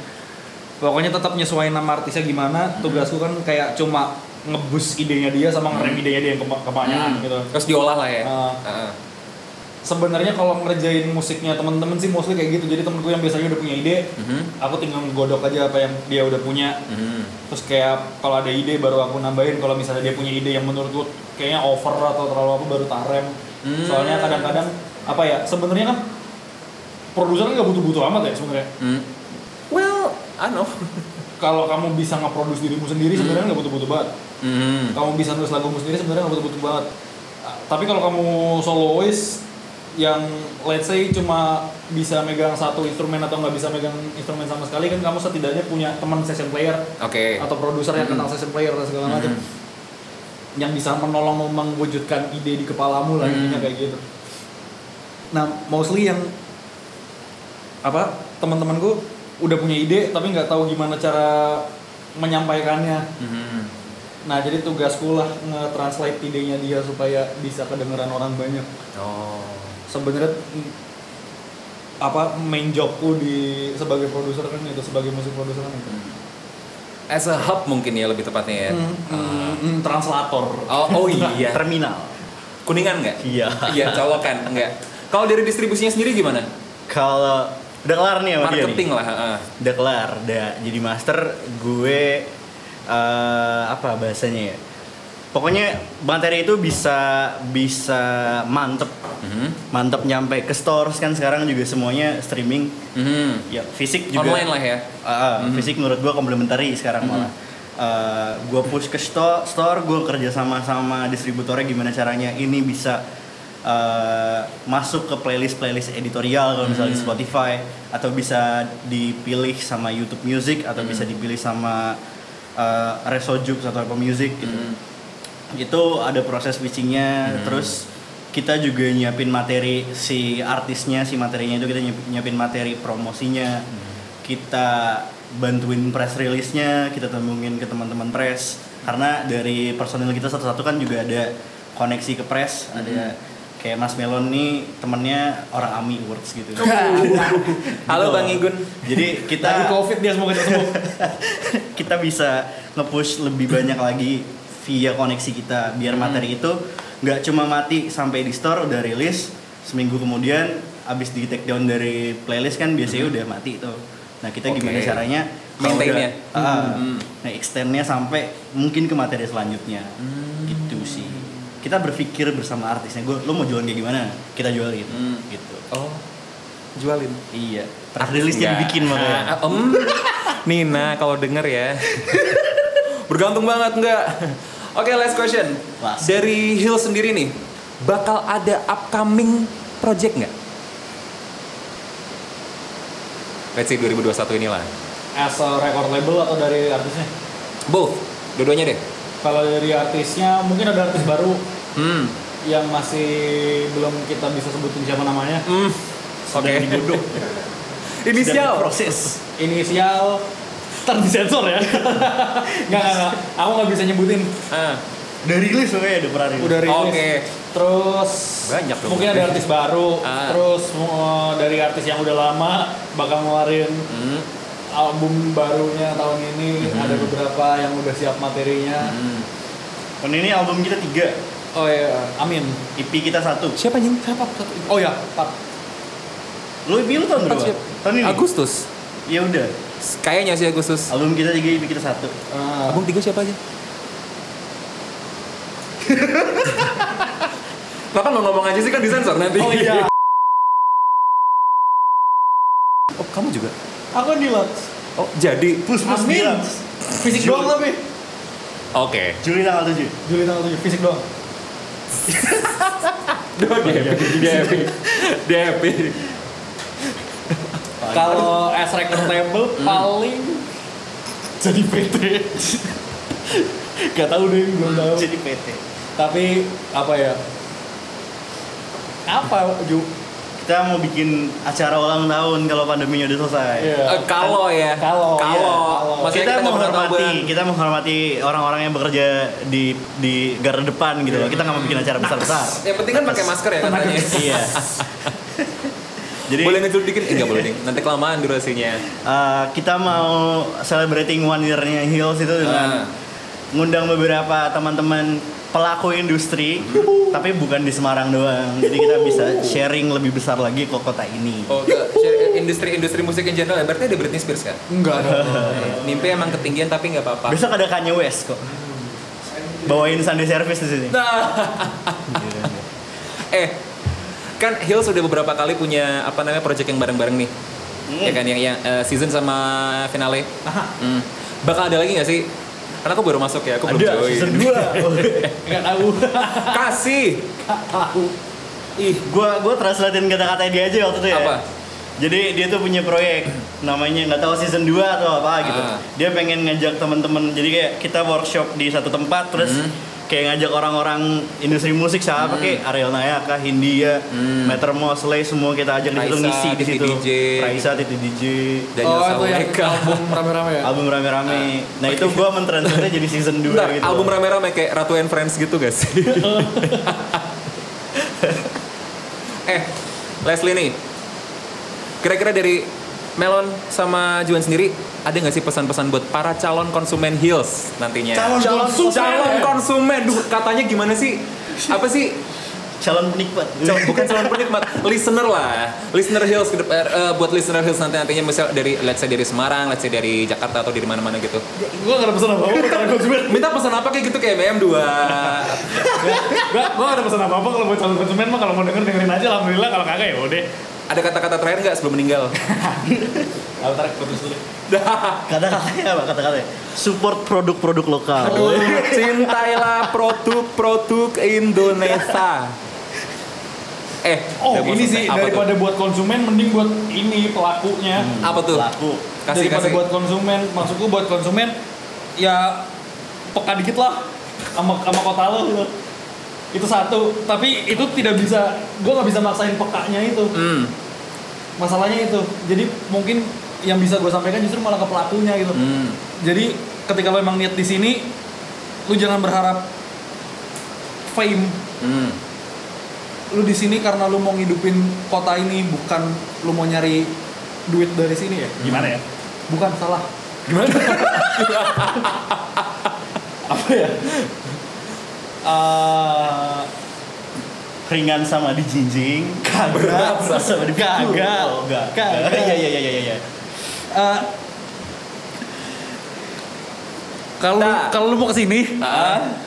S3: pokoknya tetap nyesuaiin nama artisnya gimana tugasku kan kayak cuma ngebus idenya dia sama ngerem idenya dia yang keba- kebanyakan
S1: Hmm.
S3: gitu
S1: Terus diolah lah ya.
S3: Ah.
S1: Ah.
S3: sebenarnya kalau ngerjain musiknya temen-temen sih mostly kayak gitu jadi temenku yang biasanya udah punya ide
S1: Mhm.
S3: aku tinggal godok aja apa yang dia udah punya
S1: Mhm.
S3: terus kayak kalau ada ide baru aku nambahin kalau misalnya dia punya ide yang menurutku kayaknya over atau terlalu apa baru tarem
S1: Hmm.
S3: soalnya kadang-kadang apa ya sebenarnya kan produser kan nggak butuh-butuh amat ya sebenarnya
S1: Hmm. Well, I know.
S3: kalau kamu bisa nge-produce dirimu sendiri sebenarnya nggak butuh-butuh banget
S1: Hmm.
S3: kamu bisa nulis lagumu sendiri sebenarnya nggak butuh-butuh banget Ah, tapi kalau kamu solois yang let's say cuma bisa megang satu instrumen atau nggak bisa megang instrumen sama sekali kan kamu setidaknya punya teman session player
S1: Oke. Mhm.
S3: atau produser yang kenal session player dan segala macam yang bisa menolong mewujudkan ide di kepalamu lah
S1: Hmm.
S3: intinya kayak gitu nah mostly yang apa teman-temanku udah punya ide tapi nggak tahu gimana cara menyampaikannya
S1: Mhm.
S3: nah jadi tugasku lah nge-translate idenya dia supaya bisa kedengeran orang banyak
S1: Oh.
S3: sebenarnya mm, apa main jobku di sebagai produser kan itu sebagai musik produser kan itu
S1: As a hub mungkin ya lebih tepatnya ya.
S3: Mm, mm, mm, translator
S1: Oh, oh iya.
S2: Terminal.
S1: Kuningan nggak?
S2: Iya.
S1: Iya, colokan nggak. Kalau dari distribusinya sendiri gimana?
S2: Kalau udah kelar nih sama dia nih.
S1: Marketing lah. heeh.
S2: Udah kelar, udah jadi master gue eh, apa bahasanya ya? Pokoknya materi itu bisa bisa mantep
S1: Mhm.
S2: mantep nyampe ke stores kan sekarang juga semuanya streaming
S1: Mhm.
S2: ya fisik juga
S1: Online lah ya.
S2: Ah, ah, fisik menurut gue komplementari sekarang malah gue push ke sto- store gue kerja sama sama distributornya gimana caranya ini bisa eh, masuk ke playlist playlist editorial kalau misalnya di Spotify atau bisa dipilih sama YouTube Music atau bisa dipilih sama eh, Resojux atau Apple Music gitu
S1: Mhm.
S2: itu Gitu, ada proses pitchingnya terus kita juga nyiapin materi si artisnya si materinya itu kita nyiap- nyiapin materi promosinya kita bantuin press release-nya kita temuin ke teman-teman press karena dari personil kita satu-satu kan juga ada koneksi ke press ada kayak Mas Melon nih temennya orang AMI Awards gitu
S1: Halo
S2: Gitu.
S1: Bang Igun.
S2: jadi kita
S3: lagi covid dia semoga sembuh
S2: kita bisa nge-push lebih banyak lagi via koneksi kita biar
S1: Hmm.
S2: materi itu nggak cuma mati sampai di store udah rilis seminggu kemudian abis di take down dari playlist kan biasanya udah mati tuh nah kita
S1: Hmm. Oke.
S2: gimana caranya kalau
S1: Maintain-nya.
S2: udah- ah,
S1: Hmm.
S2: nah extendnya sampai mungkin ke materi selanjutnya
S1: Hmm.
S2: gitu sih kita berpikir bersama artisnya gue lo mau jualan kayak gimana kita jual gitu
S1: Hmm.
S2: gitu
S1: Oh. Jualin.
S2: iya terus rilisnya
S1: Nggak.
S2: dibikin makanya
S1: Ah, ah, em. Nina kalau denger ya. Bergantung banget nggak? Oke, last question.
S2: Last.
S1: Dari Hill sendiri nih, bakal ada upcoming project nggak? Let's say 2021 inilah.
S3: asal record label atau dari artisnya
S1: Both, dua-duanya deh.
S3: kalau dari artisnya mungkin ada artis baru
S1: Hmm.
S3: yang masih belum kita bisa sebutin siapa namanya
S1: Hmm.
S2: sedang
S1: Oke.
S2: digodok sedang
S1: Inisial.
S2: proses
S3: inisial ntar disensor ya nggak nggak nggak aku nggak bisa nyebutin
S1: Ah,
S2: Udah rilis pokoknya udah pernah rilis.
S3: udah rilis
S1: Oke.
S3: terus
S1: Banyak dong.
S3: mungkin ada artis baru
S1: Ah.
S3: terus uh, dari artis yang udah lama bakal ngeluarin
S1: hmm.
S3: album barunya tahun ini ada beberapa yang udah siap materinya
S1: hmm.
S2: Tahun ini album kita tiga,
S3: oh ya amin
S2: EP kita satu.
S1: Siapa anjing?
S3: siapa oh ya Pak.
S2: Lu EP lu tahun berapa?
S1: Siapa?
S2: Tahun ini.
S1: Agustus.
S2: ya udah
S1: Kayaknya sih Agustus.
S2: album kita tiga EP kita satu
S3: Ah,
S1: Abang tiga siapa aja? Bapak mau ngomong aja sih kan disensor nanti.
S3: oh iya,
S1: Oh, kamu juga.
S3: aku nilai.
S1: Oh, jadi.
S2: plus plus
S3: Amin.
S2: bilang
S3: Fisik doang tapi.
S1: Oke.
S2: Juli tanggal tujuh
S3: Juli tanggal 7, fisik doang.
S1: Dia happy, dia happy. Dia happy.
S3: Kalau as record label paling jadi PT. Gak tau deh, belum tahu.
S2: jadi PT
S3: Tapi apa ya? Apa Ju?
S2: kita mau bikin acara ulang tahun kalau pandeminya udah selesai
S3: Iya.
S1: Eh, kalau ya. Kalau.
S3: Kalau, iya, kalau.
S1: Maksudnya
S2: kita,
S1: nggak pernah tahu,
S2: menghormati
S1: Bang.
S2: kita menghormati orang-orang yang bekerja di di garda depan gitu
S3: Iya.
S2: loh. Kita nggak mau bikin acara besar-besar.
S1: Yang penting kan pakai masker ya katanya.
S2: iya. Jadi
S1: Boleh ngecil dikit? Eh, nggak boleh nih. Nanti kelamaan durasinya.
S2: eh, kita mau celebrating one year-nya Hills itu
S1: Ah.
S2: dengan ngundang beberapa teman-teman pelaku industri, tapi bukan di Semarang doang. Jadi kita bisa sharing lebih besar lagi ke kota ini.
S1: Oh, ke share- industri-industri musik in general ya. Berarti ada Britney Spears kan?
S3: Enggak dong.
S1: Mimpi emang ketinggian tapi nggak apa-apa.
S2: Besok ada Kanye West kok. Bawain Sunday service di sini.
S1: Nah. Eh, kan Hills udah beberapa kali punya apa namanya project yang bareng-bareng nih.
S3: Hmm.
S1: Ya kan yang, yang eh, season sama finale. Hmm. Bakal ada lagi nggak sih? Karena aku baru masuk ya, aku belum
S2: Ada
S1: join.
S2: season 2.
S3: Enggak tahu.
S1: Kasih.
S3: tahu.
S1: Ih,
S2: gua gua translatein kata-kata dia aja waktu
S3: Iya.
S2: itu ya.
S1: Apa?
S2: Jadi dia tuh punya proyek namanya nggak tahu season 2 atau apa gitu.
S1: Ah.
S2: Dia pengen ngajak teman-teman. Jadi kayak kita workshop di satu tempat terus
S1: Hmm.
S2: kayak ngajak orang-orang industri musik siapa kayak Ariel Nayaka, Hindia, Meter Mosley semua kita ajak di situ
S1: Hmm. Raisa,
S2: ngisi di
S1: Titi
S2: situ.
S1: DJ.
S2: Raisa, Titi DJ.
S1: Daniel
S3: oh, itu yang
S1: Saweka.
S3: album rame-rame ya.
S2: Album rame-rame. Nah, itu gua mentranslate jadi season 2
S1: Ah. Bentar,
S2: gitu.
S1: album rame-rame kayak Ratu and Friends gitu guys. eh, Leslie nih. Kira-kira dari Melon sama Juan sendiri ada nggak sih pesan-pesan buat para calon konsumen Hills nantinya?
S2: Calon konsumen.
S1: calon konsumen. Duh, katanya gimana sih? Apa sih?
S2: calon penikmat.
S1: Calon- bukan calon penikmat, listener lah. Listener Hills ke dep- eh, eh, buat listener Hills nanti nantinya misal dari let's say dari Semarang, let's say dari Jakarta atau dari mana-mana gitu.
S3: Gue gak ada pesan apa-apa, bukan konsumen.
S1: Minta pesan apa kayak gitu kayak BM 2
S3: Gue gak ada pesan apa-apa kalau buat calon konsumen mah kalau mau denger dengerin aja alhamdulillah kalau kagak ya udah.
S1: Ada kata-kata terakhir nggak sebelum meninggal?
S3: Lalu tarik putus dulu.
S2: Kata-katanya apa? Kata-katanya support produk-produk lokal.
S3: Oh,
S1: Cintailah produk-produk Indonesia. Eh,
S3: Oh,
S1: udah mau
S3: ini
S1: selesai.
S3: sih
S1: Apa
S3: daripada
S1: tuh?
S3: buat konsumen mending buat ini pelakunya.
S1: apa tuh?
S2: Laku.
S1: Kasih
S3: daripada
S1: kasih.
S3: buat konsumen, maksud gue buat konsumen ya peka dikit lah sama sama kota lo gitu. Itu satu, tapi itu tidak bisa gue nggak bisa maksain pekanya itu.
S1: Hmm.
S3: Masalahnya itu. Jadi mungkin yang bisa gue sampaikan justru malah ke pelakunya gitu.
S1: hmm.
S3: Jadi ketika lo emang niat di sini lu jangan berharap fame
S1: hmm.
S3: lu di sini karena lu mau ngidupin kota ini bukan lu mau nyari duit dari sini ya gimana ya bukan salah gimana apa ya Eh,
S2: ringan sama dijinjing
S1: Berat sama
S2: dipikul.
S3: Gagal.
S2: Oh, enggak
S3: Gagal.
S2: iya iya iya iya iya
S3: eh, kalau
S1: Nah.
S3: kalau lu mau kesini
S1: Ah.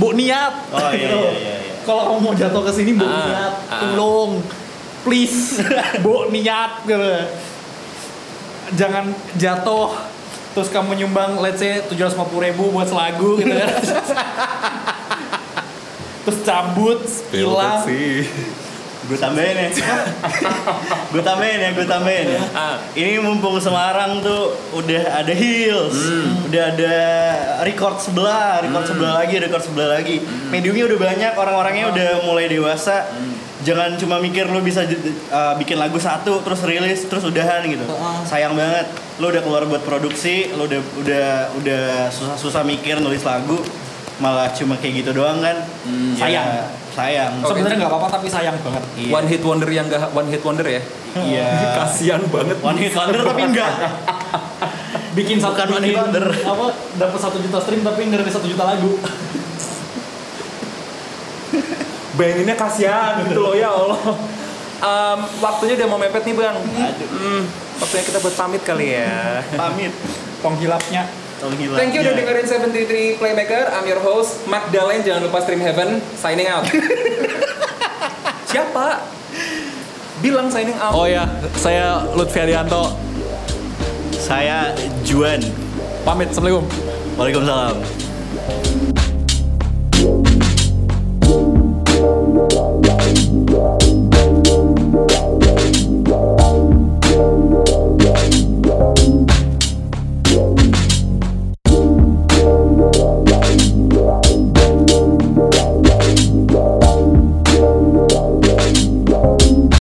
S3: bu niat
S2: oh iya iya iya, iya.
S3: kalau kamu mau jatuh ke sini bu
S1: Ah,
S3: niat
S1: ah.
S3: tolong please bu niat gitu jangan jatuh terus kamu nyumbang let's say 750 ribu buat selagu gitu kan terus cabut hilang
S2: gue tambahin ya gue tambahin ya gue tambahin ya
S1: Ah.
S2: ini mumpung Semarang tuh udah ada hills
S1: Hmm.
S2: udah ada record sebelah record sebelah lagi record sebelah lagi
S1: Hmm.
S2: mediumnya udah banyak orang-orangnya udah mulai dewasa jangan cuma mikir lu bisa j- uh, bikin lagu satu terus rilis terus udahan gitu
S3: Ah.
S2: sayang banget lu udah keluar buat produksi lu udah udah udah susah-susah mikir nulis lagu malah cuma kayak gitu doang kan Ya,
S3: Sayang.
S2: sayang
S1: Oke.
S3: sebenarnya nggak apa-apa tapi sayang banget
S2: Iya.
S1: Hmm, iya. Oh. One hit wonder yang gak one hit wonder ya.
S2: iya
S1: Kasian banget.
S2: One hit wonder tapi enggak.
S3: bikin satu
S2: Bukan money
S3: bikin,
S2: wonder.
S3: apa dapat satu juta stream tapi ngerilis satu juta lagu
S1: Bayanginnya kasian gitu loh ya Allah. Em, waktunya udah mau mepet nih bang. Hmm, waktunya kita buat pamit kali ya.
S2: Pamit.
S3: Penghilapnya.
S2: Tolong hilang.
S1: Thank you udah
S2: Ya.
S1: dengerin 73 Playmaker. I'm your host Magdalene. Jangan lupa stream Heaven. Signing out. Siapa? Bilang signing out.
S4: Oh
S3: iya,
S4: ya, saya Lutfi Adianto.
S2: Saya Juan.
S4: Pamit, Assalamualaikum.
S2: Waalaikumsalam.